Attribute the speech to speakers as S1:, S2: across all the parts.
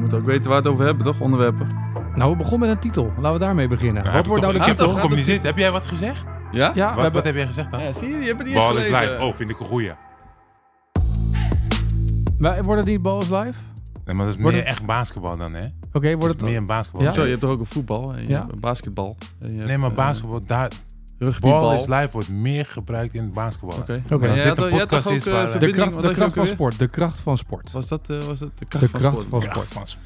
S1: moet ook weten waar we het over hebben, toch? Onderwerpen.
S2: Nou, we begonnen met een titel. Laten we daarmee beginnen. wat wordt nou de
S3: Ik heb
S2: titel?
S3: toch gecommuniceerd? Heb jij wat gezegd?
S1: Ja?
S2: Ja, we
S3: Wat,
S2: hebben
S3: wat heb jij gezegd dan?
S1: Ja, zie je? Je hebt het niet eens
S3: Ball is
S1: gelezen.
S3: live. Oh, vind ik een goeie.
S2: Maar Wordt het niet Balls Live?
S3: Nee, maar dat is
S2: Wordt
S3: meer echt basketbal dan, hè?
S2: Oké, wordt het...
S3: Meer een basketbal.
S2: Ja?
S1: Zo, je hebt toch ook een voetbal en je
S2: Ja.
S1: hebt een basketbal. en je
S3: Nee,
S1: hebt,
S3: maar
S1: eh,
S3: basketbal, daar,
S1: rugbybal.
S3: bal is live wordt meer gebruikt in het basketbal.
S1: Oké.
S2: Oké.
S3: Maar als
S1: Ja,
S3: dit
S1: jij had- jij
S3: een
S1: had
S3: podcast
S1: toch
S3: is
S1: ook,
S3: waar...
S1: eh,
S2: De
S1: verbinding,
S2: kracht,
S1: wat
S2: de
S1: heeft
S2: kracht
S1: hij
S2: van
S1: ook alweer?
S2: sport. De kracht van sport.
S1: Was dat, eh, was dat de kracht
S2: De
S1: van
S2: kracht
S1: sport?
S2: van
S3: Kracht
S2: sport.
S3: van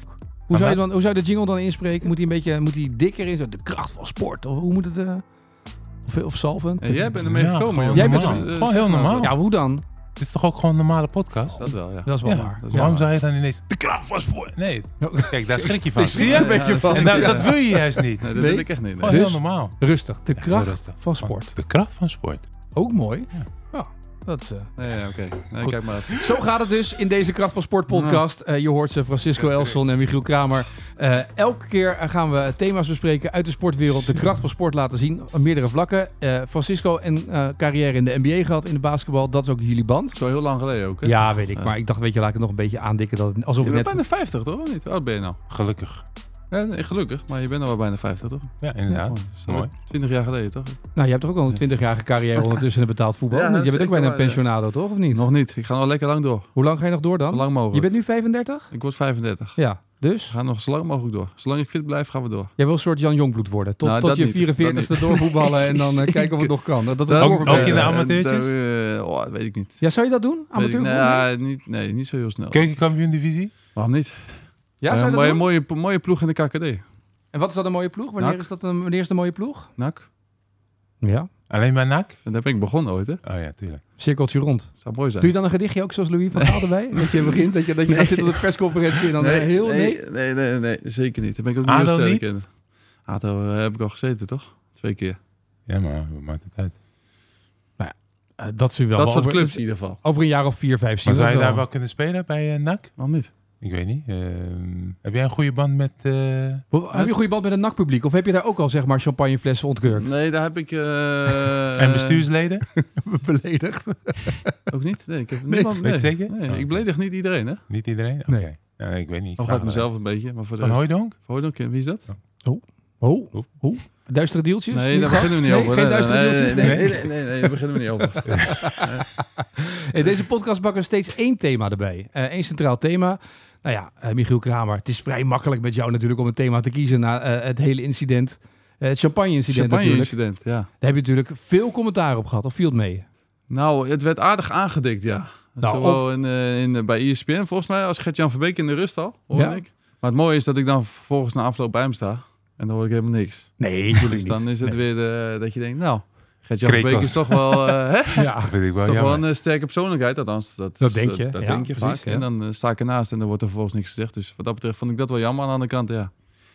S2: Hoe zou, je
S3: Maar-
S2: dan, hoe zou je de jingle dan inspreken? Moet hij een beetje moet hij dikker in? Zo, de kracht van sport. Of hoe moet het... eh, of, of salven?
S1: En jij bent ermee
S3: Ja,
S1: gekomen,
S3: gewoon
S1: joh.
S2: Jij bent-
S1: Dus, eh,
S3: gewoon
S1: zeg
S3: heel
S1: maar
S3: normaal.
S1: wat.
S2: Ja, hoe dan?
S3: Het is toch ook gewoon een normale podcast?
S1: Dat wel, ja.
S2: Dat is wel
S3: Ja,
S2: waar.
S1: dat is
S3: Waarom
S2: Ja.
S3: zou je dan ineens... De kracht van sport! Nee, kijk, daar schrik je van.
S1: Ik
S3: Zie
S1: schrik er een
S3: je?
S1: beetje van.
S3: En
S1: ja.
S3: dat, dat wil je juist niet.
S1: Nee, dat
S2: Nee.
S1: wil ik echt niet.
S3: Gewoon
S1: Nee.
S2: Dus-
S3: heel normaal.
S2: Rustig. De
S3: Echt heel
S2: kracht
S3: rustig.
S2: van sport.
S3: De kracht van sport.
S2: Ook mooi.
S3: Ja.
S2: Ja, dat is... eh,
S1: Nee, ja, oké. Nee,
S2: Goed.
S1: kijk maar.
S2: Zo gaat het dus in deze Kracht van Sport podcast. Eh, je hoort ze, Francisco Elson en Michiel Kramer. Eh, elke keer eh, gaan we thema's bespreken uit de sportwereld. De kracht van sport laten zien op meerdere vlakken. Eh, Francisco en eh, carrière in de NBA gehad in de basketbal. Dat is ook jullie band.
S1: Zo heel lang geleden ook, hè?
S2: Ja, weet ik.
S1: Ja.
S2: Maar ik dacht, weet je, laat ik het nog een beetje aandikken. Dat het, alsof
S1: Je
S2: het
S1: bent
S2: net...
S1: bijna 50, toch? Of niet? Hoe oud ben je nou?
S3: Gelukkig.
S1: Ja, nee, gelukkig, maar je bent al wel bijna 50, toch?
S3: Ja, inderdaad.
S1: Oh, dat is alweer
S3: Mooi.
S1: 20 jaar geleden, toch?
S2: Nou, je hebt toch ook al een 20-jarige carrière ondertussen in het betaald voetbal?
S1: Ja,
S2: Want je
S1: dat
S2: bent ook
S1: is
S2: bijna een
S1: zeker waar,
S2: pensionado, toch? Of niet?
S1: Nog niet. Ik ga nog lekker lang door.
S2: Hoe lang ga je nog door
S1: Zo
S2: dan?
S1: lang
S2: Je
S1: mogelijk.
S2: bent nu 35?
S1: Ik word 35.
S2: Ja. Dus?
S1: We gaan nog zo lang mogelijk door. Zolang ik fit blijf, gaan we door.
S2: Jij wil een soort Jan Jongbloed worden. Tot,
S1: Nou,
S2: tot
S1: dat
S2: je
S1: niet. Dat
S2: 44ste
S1: niet.
S2: doorvoetballen en dan eh, kijken of het nog kan. Dat, dat het
S1: Dan-
S2: doorvoer-
S3: ook in de
S1: eh,
S3: amateurtjes?
S1: eh, oh, dat weet ik niet.
S2: Ja, zou je dat doen?
S1: Weet
S2: Amateur?
S1: ik- nee, ah, niet, nee, niet zo heel snel.
S3: Keukenkampioen divisie?
S1: Waarom niet?
S2: ja,
S1: Eh,
S2: zou je dat
S1: mooie,
S2: doen?
S1: mooie, mooie ploeg in de KKD.
S2: En wat is dat een mooie ploeg? Wanneer
S1: Nak.
S2: is dat een, wanneer is de mooie ploeg?
S1: Nak.
S2: Nou. Ja,
S3: Alleen bij NAC?
S1: En daar ben ik begonnen ooit, hè?
S3: Oh ja, tuurlijk.
S2: cirkeltje rond.
S1: Dat zou mooi zijn.
S2: Doe je dan een gedichtje ook zoals Louis van Gaal erbij? Dat je begint, dat je, dat je gaat zitten op de persconferentie en dan eh, heel... Nee.
S1: nee, nee, nee, nee, zeker niet. Daar ben ik ook niet
S3: ADO
S1: heel sterk
S3: niet?
S1: in. ADO eh, heb ik al gezeten, toch? Twee keer.
S3: Ja, maar wat maakt het uit?
S2: Eh, dat zie je wel.
S1: dat
S2: Maar
S1: soort
S2: over,
S1: clubs in ieder geval.
S2: Over een jaar of vier, vijf zien
S3: Maar
S2: we
S3: zou je
S2: het
S3: daar wel kunnen spelen bij eh, NAC?
S1: Waarom niet?
S3: Ik weet niet. ehm, heb jij een goede band met... eh,
S2: Hoe- Heb je een goede band met het NAC-publiek? Of heb je daar ook al zeg maar champagneflessen ontkurkt?
S1: Nee, daar heb ik... eh,
S3: en bestuursleden?
S2: Beledigd.
S1: Ook niet? Nee, ik heb
S2: Nee.
S1: niemand...
S3: Weet
S1: Nee.
S3: je zeker?
S1: Nee,
S3: Oh.
S1: ik beledig niet iedereen, hè?
S3: Niet iedereen? Oké.
S2: Nee.
S3: Ja, nee, ik weet niet.
S1: Dan ga
S3: vraag
S1: ik
S3: het
S1: mezelf een beetje, maar voor de
S3: Van
S1: rest...
S3: Hooijdonk?
S1: Hooijdonk, wie is dat?
S2: Oh, oh. Duistere deeltjes?
S1: Nee, daar
S2: Gast?
S1: beginnen we niet
S2: Nee,
S1: over. eh,
S2: Geen
S1: Nee,
S2: duistere
S1: nee,
S2: deeltjes?
S1: nee,
S2: Nee.
S1: nee, nee, nee, nee, daar beginnen we niet over.
S2: In deze podcast pakken we steeds één thema erbij. Eh één centraal thema. Nou ja, eh, Michiel Kramer, het is vrij makkelijk met jou natuurlijk om een thema te kiezen na eh, het hele incident. Eh, het champagne-incident natuurlijk.
S1: Champagne-incident, ja.
S2: Daar heb je natuurlijk veel commentaar op gehad, of viel het mee?
S1: Nou, het werd aardig aangedikt, ja.
S2: Nou,
S1: Zowel in, eh, in, eh, bij ESPN volgens mij als Gert-Jan Verbeek in de rust al, hoor
S2: Ja.
S1: ik. Maar het mooie is dat ik dan vervolgens na afloop bij hem sta en dan hoor ik helemaal niks.
S2: Nee, natuurlijk
S1: Dus dan is het weer eh, dat je denkt, nou, Gert-Jan
S3: Krekels.
S1: Verbeek is toch wel, eh, hè?
S2: Ja.
S3: Dat vind ik wel
S1: Is toch wel
S3: jammer.
S1: een eh, sterke persoonlijkheid, althans. Dat, eh,
S2: Dat denk je,
S1: Dat, dat
S2: ja,
S1: denk je
S2: precies,
S1: vaak.
S2: ja.
S1: En dan eh, sta ik ernaast en dan wordt er vervolgens niks gezegd. Dus wat dat betreft vond ik dat wel jammer aan de andere kant, ja.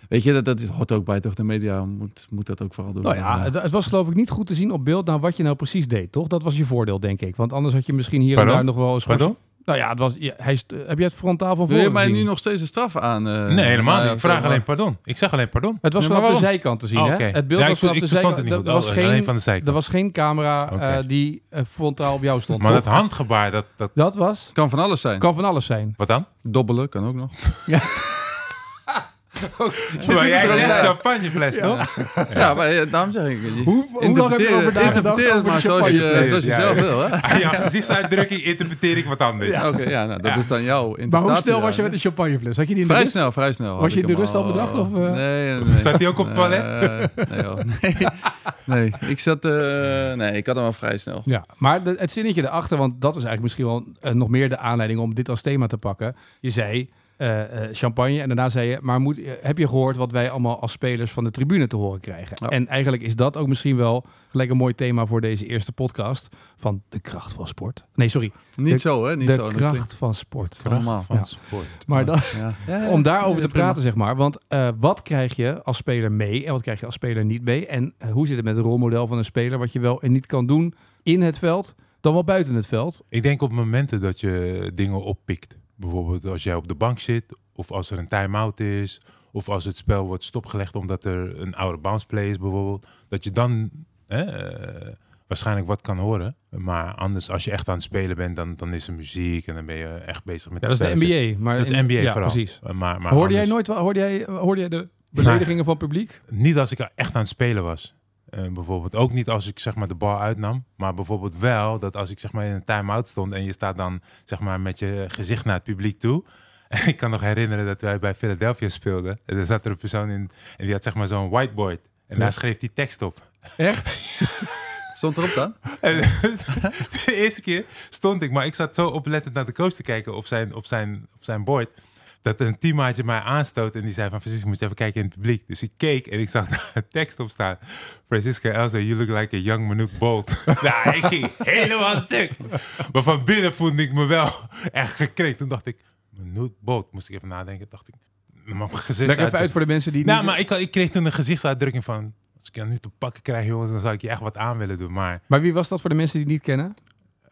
S1: Weet je, dat, dat hoort ook bij toch? De media moet, moet dat ook vooral doen.
S2: Nou ja, het, het was geloof ik niet goed te zien op beeld naar wat je nou precies deed, toch? Dat was je voordeel, denk ik. Want anders had je misschien hier en
S3: Pardon?
S2: daar nog wel eens...
S3: Pardon?
S2: Nou ja, het was, ja, hij, st- heb je het frontaal
S1: Wil
S2: van voren
S1: je mij
S2: gezien?
S1: nu nog steeds een straf aan? eh,
S3: Nee, helemaal
S1: nou ja,
S3: niet. Ik vraag
S1: zeg maar.
S3: alleen pardon. Ik zeg alleen pardon.
S2: Het was
S1: Ja, maar
S2: vanaf de
S1: waarom?
S2: zijkant te zien,
S3: Oh,
S2: hè?
S3: oké.
S2: Het beeld
S3: Ja, ik
S2: was
S3: vo-
S2: vanaf de
S3: ik verstond
S2: zijkant.
S3: het
S2: Er
S3: niet
S2: was
S3: goed. Oh, alleen
S2: geen,
S3: van de zijkant.
S2: er was geen camera eh,
S3: Oké.
S2: die eh, frontaal op jou stond,
S3: Maar
S2: toch?
S3: dat handgebaar, dat, dat...
S2: Dat was...
S1: Kan van alles zijn.
S2: Kan van alles zijn.
S3: Wat dan?
S1: Dobbelen kan ook nog.
S3: Maar jij zegt champagnefles, toch?
S1: Ja, maar eh, daarom zeg ik. je-
S2: Hoe, hoe lang heb je
S1: interpreteer-
S2: erover nagedacht?
S1: Interpreteer het
S2: over
S1: maar
S2: die
S1: zoals je,
S2: champagnefles?
S1: zoals je
S3: Ja,
S1: zelf
S3: ja.
S1: wil. Hè?
S3: Ah, ja, gezichtsuitdrukking interpreteer ik wat anders.
S1: Oké, ja, nou, dat
S3: Ja.
S1: is dan jouw interpretatie.
S2: Maar hoe snel was je
S1: dan,
S2: met de champagnefles? Had je die
S1: hè?
S2: in de
S1: Vrij
S2: rust?
S1: snel, vrij snel. had
S2: Was je
S1: ik
S2: in de
S1: hem
S2: rust al bedacht, of, eh?
S1: Nee, nee, nee.
S3: Zat hij ook op het toilet?
S1: Eh, nee, joh. Nee. nee, ik zat... eh, nee, ik had hem al vrij snel.
S2: Ja, maar de- het zinnetje erachter, want dat is eigenlijk misschien wel eh, nog meer de aanleiding om dit als thema te pakken. Je zei eh, eh, champagne en daarna zei je, maar moet, eh, heb je gehoord wat wij allemaal als spelers van de tribune te horen krijgen?
S1: Ja.
S2: En eigenlijk is dat ook misschien wel gelijk een mooi thema voor deze eerste podcast van de kracht van sport. Nee, sorry,
S1: Niet zo, hè? Niet
S2: de
S1: zo. dat klinkt
S2: kracht van sport.
S1: Normaal.
S3: Van
S2: Ja.
S3: sport.
S2: Maar dan,
S1: Ja. Ja, ja,
S2: om daarover
S1: ja,
S2: te
S1: Eh, prima.
S2: praten, zeg maar. Want eh, wat krijg je als speler mee en wat krijg je als speler niet mee? En eh, hoe zit het met het rolmodel van een speler? Wat je wel en niet kan doen in het veld, dan wel buiten het veld.
S3: Ik denk op momenten dat je dingen oppikt. Bijvoorbeeld als jij op de bank zit, of als er een time-out is, of als het spel wordt stopgelegd omdat er een oude bounce play is, bijvoorbeeld. Dat je dan, hè, eh, waarschijnlijk wat kan horen. Maar anders, als je echt aan het spelen bent, dan, dan is er muziek en dan ben je echt bezig met
S2: Ja,
S3: het
S2: dat is de
S3: spel.
S2: NBA. Maar
S3: Dat is
S2: in-
S3: NBA
S2: ja,
S3: vooral.
S2: precies.
S3: Uh, Maar, maar
S2: Hoorde jij
S3: anders-
S2: nooit, wa- hoorde jij, hoorde jij de beledigingen van het publiek?
S3: Niet als ik echt aan het spelen was. Eh, bijvoorbeeld ook niet als ik zeg maar de bal uitnam. Maar bijvoorbeeld wel dat als ik zeg maar in een time-out stond en je staat dan zeg maar met je gezicht naar het publiek toe. En ik kan nog herinneren dat wij bij Philadelphia speelden. En er zat er een persoon in en die had zeg maar zo'n whiteboard. En
S2: Ja.
S3: daar schreef die tekst op.
S2: Echt?
S1: Stond erop dan?
S3: En de eerste keer stond ik, maar ik zat zo oplettend naar de coach te kijken op zijn, op zijn, op zijn bord. Dat een teammaatje mij aanstoot en die zei van Francisco, moet je even kijken in het publiek. Dus ik keek en ik zag daar een tekst op staan. Francisco Elzo, you look like a young Manute Bolt. nou, ik ging helemaal stuk. Maar van binnen voelde ik me wel echt gekrenkt. Toen dacht ik, Manute Bolt, moest ik even nadenken. Dacht ik, maar mijn gezicht
S2: Leg even
S3: uit-
S2: uit voor de mensen die
S3: Nou,
S2: niet...
S3: maar ik, ik kreeg toen een gezichtsuitdrukking van, als ik jou nu te pakken krijg jongens, dan zou ik je echt wat aan willen doen. Maar
S2: Maar wie was dat voor de mensen die het niet kennen?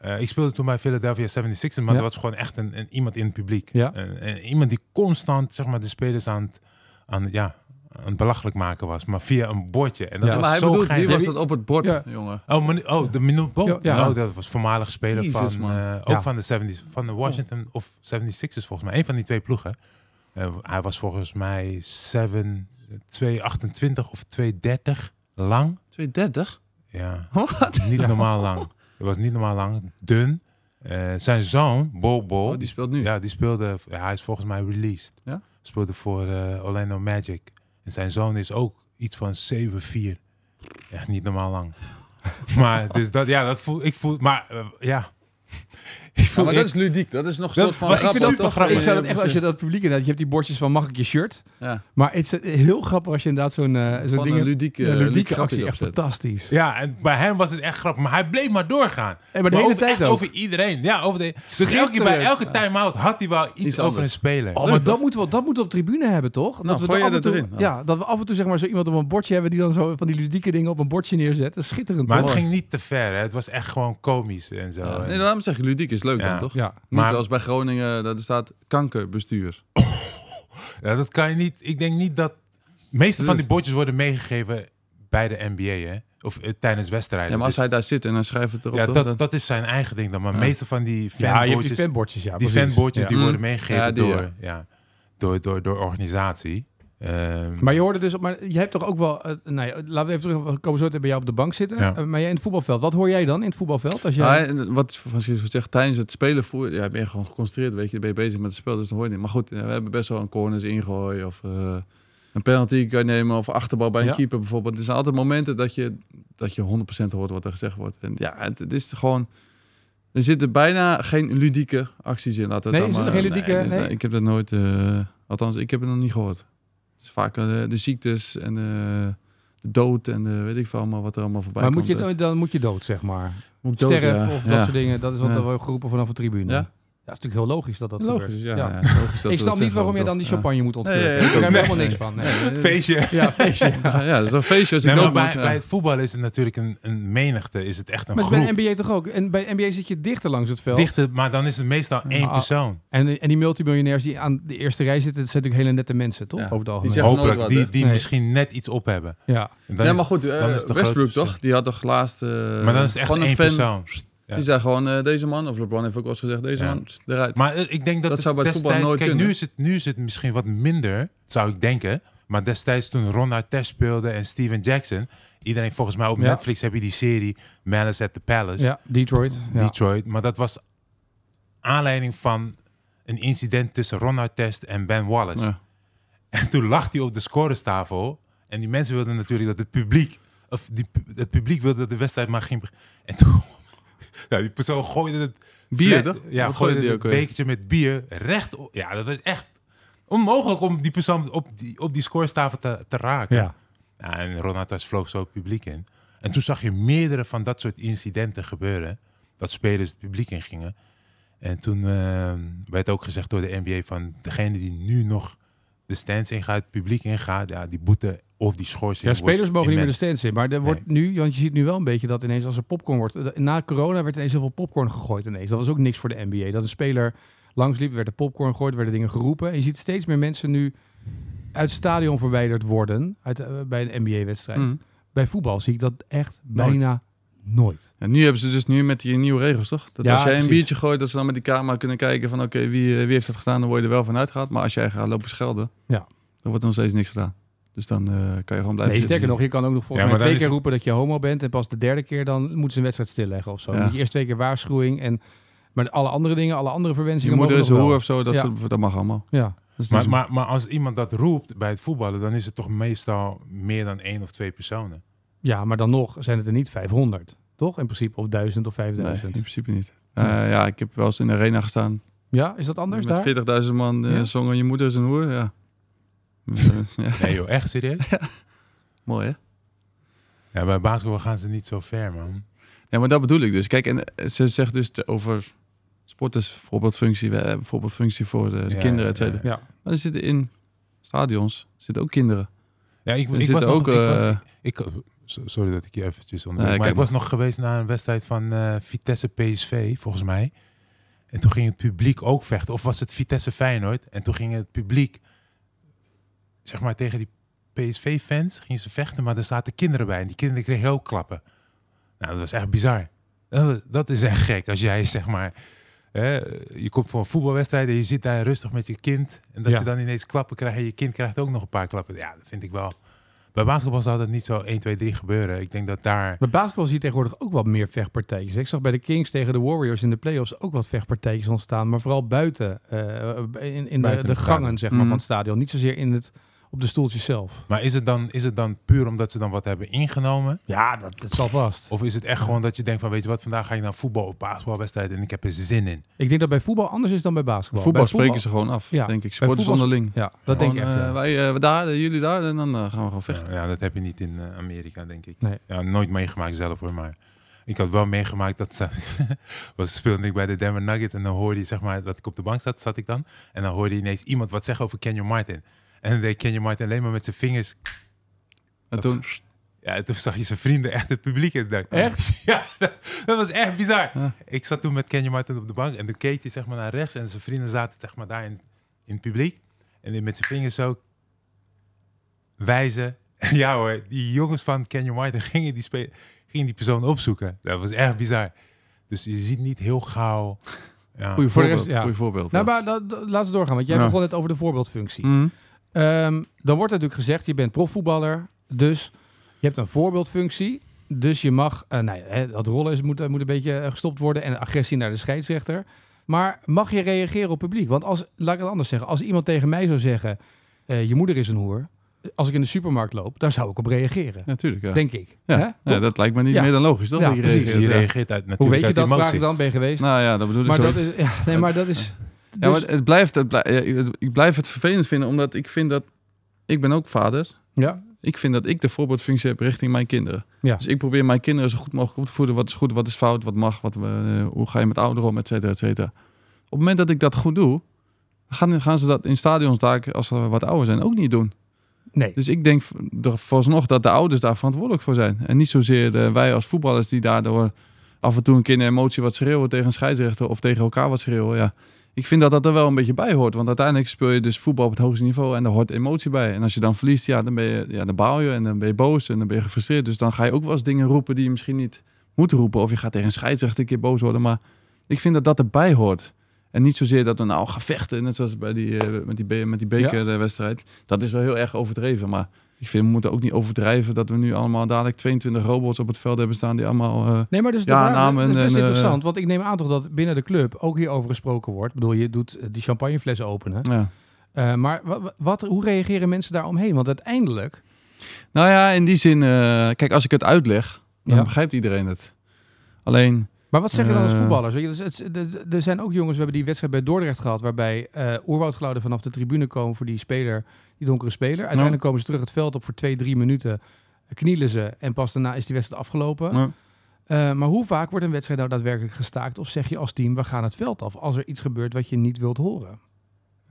S3: eh, ik speelde toen bij Philadelphia 76ers, maar
S2: Ja.
S3: er was gewoon echt een, een iemand in het publiek.
S2: Ja.
S3: Een- een- iemand die constant zeg maar, de spelers aan het, aan, het- ja, aan het belachelijk maken was, maar via een bordje. En dat
S2: Ja,
S1: Ja,
S3: was
S1: maar hij
S3: zo
S1: bedoelt, wie
S3: geinig.
S1: was dat op het bord,
S2: Ja.
S1: jongen?
S3: Oh, Manu- oh, de Minubo.
S2: Ja, ja.
S3: Oh, dat was voormalig speler
S1: Jezus,
S3: van,
S1: man.
S3: eh, ook
S2: Ja.
S3: van de 70 van de Washington of 76ers volgens mij. Een van die twee ploegen. Eh, hij was volgens mij 7, 228 of 230 lang.
S1: 230?
S3: Ja.
S1: Wat?
S3: Niet normaal lang. Het was niet normaal lang. Dun. Eh, zijn zoon, Bobo,
S1: Oh, die speelt nu.
S3: ja, die speelde... ja, hij is volgens mij released.
S1: Ja?
S3: Speelde voor eh, Orlando Magic. En zijn zoon is ook iets van 7-4. Echt niet normaal lang. maar dus dat... Ja, dat voel ik. Voel, maar eh, ja... ik
S1: Ja,
S3: voel
S1: maar
S3: ik-
S1: dat is ludiek. Dat is nog een
S3: Dat-
S1: soort van
S3: maar ik
S1: grappig.
S3: vind dat
S1: toch?
S3: super grappig.
S2: ik zou dat echt, als je dat publiek inderdaad... Je hebt die bordjes van mag ik je shirt?
S1: Ja,
S2: Maar het is heel grappig als je inderdaad zo'n eh, zo'n
S1: van
S2: ding...
S1: een ludieke,
S2: ja, ludieke
S1: ludieke
S2: actie. Echt
S1: opzet.
S2: fantastisch.
S3: Ja, en bij hem was het echt grappig. Maar hij bleef maar doorgaan.
S2: En maar de hele
S3: over,
S2: tijd
S3: echt
S2: ook.
S3: Over iedereen. Ja, over de... Dus elke keer bij
S2: Schitterend.
S3: elke time-out had hij wel iets, over
S1: anders.
S3: een speler.
S2: Oh, maar dat moeten, we, dat moeten we op tribune hebben, toch? Dat
S1: Nou,
S2: we
S1: gooi
S2: dan
S1: je
S2: af en
S1: dat
S2: toe,
S1: erin?
S2: Ja, dat we af en toe zeg maar zo iemand op een bordje hebben... die dan zo van die ludieke dingen op een bordje neerzet. Dat is schitterend,
S3: Maar het
S2: toch?
S3: ging niet te ver. Hè. Het was echt gewoon komisch en zo.
S1: Ja.
S3: En-
S1: Nee, daarom zeg ik ludiek is leuk
S3: Ja.
S1: dan, toch?
S2: Ja.
S1: Niet
S3: Maar-
S1: zoals bij Groningen, eh, daar staat kankerbestuur.
S3: Ja, dat kan je niet. Ik denk niet dat. De meeste van
S1: Dus-
S3: die bordjes worden meegegeven bij de NBA, hè? Of eh, tijdens wedstrijden.
S1: Ja, maar als hij daar zit en hij schrijft het
S3: Dus-
S1: erop,
S3: ja,
S1: toch?
S3: dat, dat is zijn eigen ding dan. Maar de
S1: Ja.
S3: meeste van
S2: Ja,
S3: die
S2: je hebt
S3: fanbordjes,
S2: die fanbordjes, ja.
S3: die,
S2: precies.
S3: fanbordjes
S2: Ja.
S3: die
S1: Mm.
S3: worden meegegeven
S1: Ja, die, ja.
S3: door, ja, door, door, door organisatie. Ehm,
S2: Maar je hoorde dus, maar je hebt toch ook wel, eh, nou ja, laten we even terug, we komen zo meteen bij jou op de bank zitten.
S3: Ja.
S2: Eh, maar jij in het voetbalveld, wat hoor jij dan in het voetbalveld? Als jij,
S1: Nou, en wat Francisco zegt, tijdens het spelen voer, ja, ben je gewoon geconcentreerd, weet je, dan ben je bezig met het spel, dus dan hoor je niet. Maar goed, ja, we hebben best wel een corners ingooi of eh, een penalty kan je nemen of achterbal bij een
S2: Ja.
S1: keeper bijvoorbeeld. Er zijn altijd momenten dat je, dat je 100% hoort wat er gezegd wordt. En ja, het, het is gewoon, er zitten bijna geen ludieke acties in. Laten we
S2: Nee,
S1: het dan
S2: er zitten
S1: maar-
S2: geen ludieke-
S1: dus
S2: nee?
S1: daar- ik heb dat nooit, eh, althans, ik heb het nog niet gehoord. Het is vaak eh, de ziektes en eh, de dood en de, weet ik veel allemaal wat er allemaal voorbij
S2: maar moet
S1: komt. Dus-
S2: je,
S1: Dat-
S2: dan- dan moet je dood, zeg maar.
S1: moet dood,
S2: Sterf
S1: ja.
S2: of dat
S1: Ja.
S2: soort dingen, dat is wat
S1: Ja.
S2: er wordt geroepen vanaf de tribune.
S1: Ja.
S2: Dat is natuurlijk heel logisch dat dat
S1: Logisch,
S2: gebeurt.
S1: ja.
S2: Ja.
S1: ja, is logisch dat
S2: ik
S1: ze
S2: snap
S1: dat
S2: niet
S1: zeggen,
S2: waarom jij dan die
S1: toch?
S2: champagne moet ontkeuren.
S1: Nee, nee,
S2: ik begrijp er
S1: nee.
S2: helemaal niks van. Nee.
S1: Ja. Nee,
S3: feestje.
S2: Ja, feestje.
S1: Ja,
S2: ja.
S1: ja, zo'n feestje als ik
S3: Nee, maar
S1: dood
S3: bij,
S1: moet, ja.
S3: bij het voetbal is het natuurlijk een, een menigte. Is het echt een
S2: Maar het is
S3: groep.
S2: bij NBA toch ook? En bij NBA zit je dichter langs het veld.
S3: Dichter, maar dan is het meestal één
S2: Ah.
S3: persoon.
S2: En, en die multimiljonairs die aan de eerste rij zitten, dat zijn natuurlijk hele nette mensen, toch?
S1: Ja.
S2: Over het
S1: Die
S2: algemeen.
S1: zeggen nooit
S3: Hopelijk.
S1: wat,
S3: Die,
S1: hè?
S3: die
S2: Nee.
S3: misschien net iets op hebben.
S2: Ja.
S3: En dan
S1: Nee,
S3: is
S1: maar
S3: het-
S1: goed, eh,
S3: dan is het een groot
S1: Westbrook
S3: verschil.
S1: toch? Die had toch laatst... eh,
S3: Maar dan is het echt
S1: gewoon een
S3: één
S1: fan.
S3: persoon. Ja.
S1: Die zei gewoon, eh, deze man, of LeBron heeft ook wel eens gezegd, deze
S3: Ja.
S1: man, pst, eruit.
S3: Maar eh, ik denk dat,
S1: Dat
S3: het
S1: zou bij het voetbal
S3: destijds-
S1: nooit
S3: kijk,
S1: kunnen.
S3: Nu is, het, nu is het misschien wat minder, zou ik denken. Maar destijds toen Ron Artest speelde en Steven Jackson. Iedereen volgens mij op
S2: Ja.
S3: Netflix heb je die serie Malice at the Palace,
S2: ja, Detroit. Ja.
S3: Detroit. Maar dat was aanleiding van een incident tussen Ron Artest en Ben Wallace.
S1: Ja.
S3: En toen lag hij op de scorestafel. En die mensen wilden natuurlijk dat het publiek... Of die, pu- het publiek wilde dat de wedstrijd maar ging... beg- En toen... Ja, die persoon gooide het
S1: Bier,
S3: Flat-
S1: toch?
S3: Ja,
S1: Wat
S3: gooi
S1: gooit die
S3: een
S1: ook weer?
S3: bekertje met bier recht op. Ja, dat was echt onmogelijk om die persoon op die, op die scorestafel te, te raken.
S2: Ja.
S3: Ja, en Ronatas vloog zo het publiek in. En toen zag je meerdere van dat soort incidenten gebeuren. Dat spelers het publiek ingingen. En toen eh, werd ook gezegd door de NBA van... degene die nu nog de stands ingaat, het publiek ingaat... Ja, die boete of die schorsing
S2: Ja, spelers
S3: wordt
S2: mogen niet meer de
S3: immens.
S2: stands in. Maar er wordt nu, want je ziet nu wel een beetje dat ineens als er popcorn wordt. eh, Na corona werd ineens heel veel popcorn gegooid ineens. Dat was ook niks voor de NBA. Dat een speler langsliep, werd er popcorn gegooid, werden dingen geroepen. En je ziet steeds meer mensen nu uit het stadion
S3: Mm.
S2: verwijderd worden uit, eh, bij een NBA-wedstrijd.
S1: Mhm.
S2: Bij voetbal zie ik dat echt
S1: Nooit.
S2: bijna Nooit.
S1: En nu hebben ze dus nu met die nieuwe regels, toch? Dat
S2: Ja,
S1: als jij een
S2: precies.
S1: biertje gooit, dat ze dan met die camera kunnen kijken van... oké, wie, eh, wie heeft dat gedaan, dan word je er wel van uitgehaald. Maar als jij gaat lopen schelden,
S2: Ja.
S1: dan wordt er nog steeds niks gedaan. Dus dan eh, kan je gewoon blijven
S2: Nee, sterker
S1: zitten.
S2: nog, je kan ook nog
S3: Ja,
S2: volgens
S3: maar
S2: mij twee
S3: dan
S2: keer
S3: is-
S2: roepen dat je homo bent. En pas de derde keer dan moeten ze een wedstrijd stilleggen of zo. Dan
S1: Ja.
S2: moet je eerst twee keer waarschuwing. En, maar alle andere dingen, alle andere
S1: je
S2: verwensingen
S1: moeder is
S2: mogen
S3: dus
S1: een
S2: nog
S1: hoer
S2: wel.
S1: of zo, dat,
S2: Ja.
S1: soort- dat mag allemaal.
S2: Ja.
S1: Dat is
S3: Maar,
S1: niet zo-
S3: maar, maar als iemand dat roept bij het voetballen, dan is het toch meestal meer dan één of twee personen.
S2: ja, maar dan nog zijn het er niet 500. Toch? In principe. Of 1000 of
S1: Nee, in
S2: 5000.
S1: principe niet. Eh, ja, ik heb wel eens in de arena gestaan.
S2: Ja, is dat anders daar?
S1: met 40.000 man eh
S2: Ja.
S1: zongen je moeder is een hoer, ja. Eh, ja.
S3: Nee joh, echt serieus?
S1: Mooi, hè?
S3: Ja, bij basketbal gaan ze niet zo ver, man.
S1: Ja, maar dat bedoel ik dus. Kijk, en eh, ze zegt dus te- over sporters, voorbeeldfunctie, we hebben voorbeeldfunctie voor de, de
S3: Ja,
S1: kinderen, et cetera.
S3: ja.
S2: Ja.
S1: Maar er zitten in stadions zitten ook kinderen.
S3: Ja, ik,
S1: Er
S3: ik was
S1: zitten ook...
S3: nog, ik was-
S1: eh,
S3: Ik, so- sorry dat ik je eventjes onderbreek.
S1: Nee,
S3: maar ik
S1: kijk
S3: was nog geweest naar een wedstrijd van eh, Vitesse PSV, volgens mij. En toen ging het publiek ook vechten. Of was het Vitesse Feyenoord? En toen ging het publiek, zeg maar, tegen die PSV-fans gingen ze vechten. Maar er zaten kinderen bij. En die kinderen kregen ook klappen. Nou, dat was echt bizar. Dat, was- dat is echt gek. Als jij, zeg maar, hè, je komt voor een voetbalwedstrijd en je zit daar rustig met je kind. En dat
S2: Ja.
S3: je dan ineens klappen krijgt. En je kind krijgt ook nog een paar klappen. Ja, dat vind ik wel... Bij basketbal zou dat niet zo 1, 2, 3 gebeuren. Ik denk dat daar...
S2: Bij basketbal zie je tegenwoordig ook wat meer vechtpartijtjes. Ik zag bij de Kings tegen de Warriors in de playoffs ook wat vechtpartijtjes ontstaan. Maar vooral buiten, eh, in, in de,
S3: Buiten
S2: de
S3: het stadion.
S2: gangen zeg maar,
S1: Mm.
S2: van het stadion. Niet zozeer in het, op de stoeltjes zelf.
S3: Maar is het, dan, is het dan puur omdat ze dan wat hebben ingenomen?
S2: Ja, dat, dat zal vast.
S3: Of is het echt gewoon dat je denkt van... Weet je wat, vandaag ga ik naar voetbal of basketbalwedstrijd en ik heb er zin in.
S2: Ik denk dat bij voetbal anders is dan bij basketbal.
S1: voetbal
S2: Bij
S1: spreken ze gewoon af,
S2: Ja,
S1: denk ik.
S2: bij
S1: Sporters
S2: voetbal-
S1: onderling.
S2: Ja, dat denk ik
S1: Gewoon,
S2: echt. ja.
S1: eh, wij eh, daar, eh, jullie daar en dan eh, gaan we gewoon vechten.
S3: Ja, dat heb je niet in eh, Amerika, denk ik.
S2: Nee.
S3: Ja, nooit meegemaakt zelf hoor, maar... Ik had wel meegemaakt dat ze... was speelde ik bij de Denver Nuggets en dan hoorde je zeg maar... Dat ik op de bank zat, zat ik dan. En dan hoorde je ineens iemand wat zeggen over Kenyon Martin. En dan deed Kenyon Martin alleen maar met zijn vingers...
S1: En toen,
S3: Ja, en toen zag je zijn vrienden echt het publiek in. de-
S2: Echt?
S3: Ja, dat, dat was echt bizar.
S1: Ja.
S3: Ik zat toen met Kenny Martin op de bank en toen keek hij zeg maar naar rechts en zijn vrienden zaten zeg maar daar in, in het publiek. En die met zijn vingers zo wijzen. En ja hoor, die jongens van Kenny Martin gingen die, spe- gingen die persoon opzoeken. Dat was echt bizar. Dus je ziet niet heel gauw... Ja.
S1: goeie
S2: Voor de
S1: voorbeeld.
S2: rest, ja.
S1: goeie voorbeeld
S2: Nou,
S1: ja.
S2: maar dat, dat- laten we doorgaan. Want jij
S1: Ja.
S2: begon net over de voorbeeldfunctie.
S1: Mhm.
S2: Ehm, dan wordt natuurlijk gezegd, je bent profvoetballer. Dus je hebt een voorbeeldfunctie. Dus je mag, eh, nou ja, hè, dat rollen is, moet, moet een beetje eh, gestopt worden. En agressie naar de scheidsrechter. Maar mag je reageren op het publiek? Want als, laat ik het anders zeggen. Als iemand tegen mij zou zeggen, eh, je moeder is een hoer. Als ik in de supermarkt loop, daar zou ik op reageren.
S1: Ja, tuurlijk, ja.
S2: Denk ik.
S1: Ja.
S2: Hè?
S1: Ja,
S2: Toch?
S1: dat lijkt me niet
S2: Ja.
S1: meer dan logisch, toch?
S2: Ja,
S1: dat je
S2: precies.
S3: je
S1: reageert.
S3: reageert uit, natuurlijk
S2: Hoe weet je
S3: uit
S2: dat? Vraag
S3: emotie.
S2: ik dan, ben je geweest?
S1: Nou ja, dat bedoel ik
S2: maar dat
S1: zoiets.
S2: is, ja, nee, maar dat is...
S1: Ja,
S2: dus-
S1: maar het blijft, het blij- ja, ik- ik blijf het vervelend vinden, omdat ik vind dat... Ik ben ook vader.
S2: Ja.
S1: Ik vind dat ik de voorbeeldfunctie heb richting mijn kinderen.
S2: Ja.
S1: Dus ik probeer mijn kinderen zo goed mogelijk op te voeden. Wat is goed, wat is fout, wat mag, wat, we- hoe ga je met ouderen om, et cetera, et cetera. Op het moment dat ik dat goed doe, gaan, gaan ze dat in stadions daar, als ze wat ouder zijn, ook niet doen.
S2: Nee.
S1: Dus ik denk v- er- vooralsnog dat de ouders daar verantwoordelijk voor zijn. En niet zozeer eh, wij als voetballers die daardoor af en toe een keer in emotie wat schreeuwen tegen een scheidsrechter of tegen elkaar wat schreeuwen. Ja. Ik vind dat dat er wel een beetje bij hoort. Want uiteindelijk speel je dus voetbal op het hoogste niveau en daar hoort emotie bij. En als je dan verliest, ja, dan, ben je, ja, dan baal je en dan ben je boos en dan ben je gefrustreerd. Dus dan ga je ook wel eens dingen roepen die je misschien niet moet roepen. Of je gaat tegen een scheidsrechter een keer boos worden. Maar ik vind dat dat erbij hoort. En niet zozeer dat we nou gaan vechten, net zoals bij die, eh, met die, be- met die bekerwedstrijd. Dat is wel heel erg overdreven, maar ik vind we moeten ook niet overdrijven dat we nu allemaal dadelijk 22 robots op het veld hebben staan die allemaal... eh,
S2: Nee, maar dus de
S1: Ja,
S2: vraag,
S1: namen
S2: dat is best
S1: en, eh,
S2: interessant. Want ik neem aan toch dat binnen de club ook hierover gesproken wordt. Ik bedoel, je doet eh, die champagnefles openen.
S1: ja.
S2: Eh, maar wa- wa- wat, hoe reageren mensen daaromheen? Want uiteindelijk...
S1: Nou ja, in die zin, eh, kijk, als ik het uitleg, dan
S2: Ja.
S1: begrijpt iedereen het. Alleen,
S2: Maar wat zeg je dan als
S1: Eh.
S2: voetballers? Weet je, dus het, het- er zijn ook jongens, we hebben die wedstrijd bij Dordrecht gehad... waarbij eh oerwoudgeluiden vanaf de tribune komen voor die speler, die donkere speler. Uiteindelijk komen ze terug het veld op voor twee, drie minuten. eh, Knielen ze en pas daarna is die wedstrijd afgelopen.
S1: nou,
S2: Eh, maar hoe vaak wordt een wedstrijd nou daadwerkelijk gestaakt? Of zeg je als team, we gaan het veld af als er iets gebeurt wat je niet wilt horen?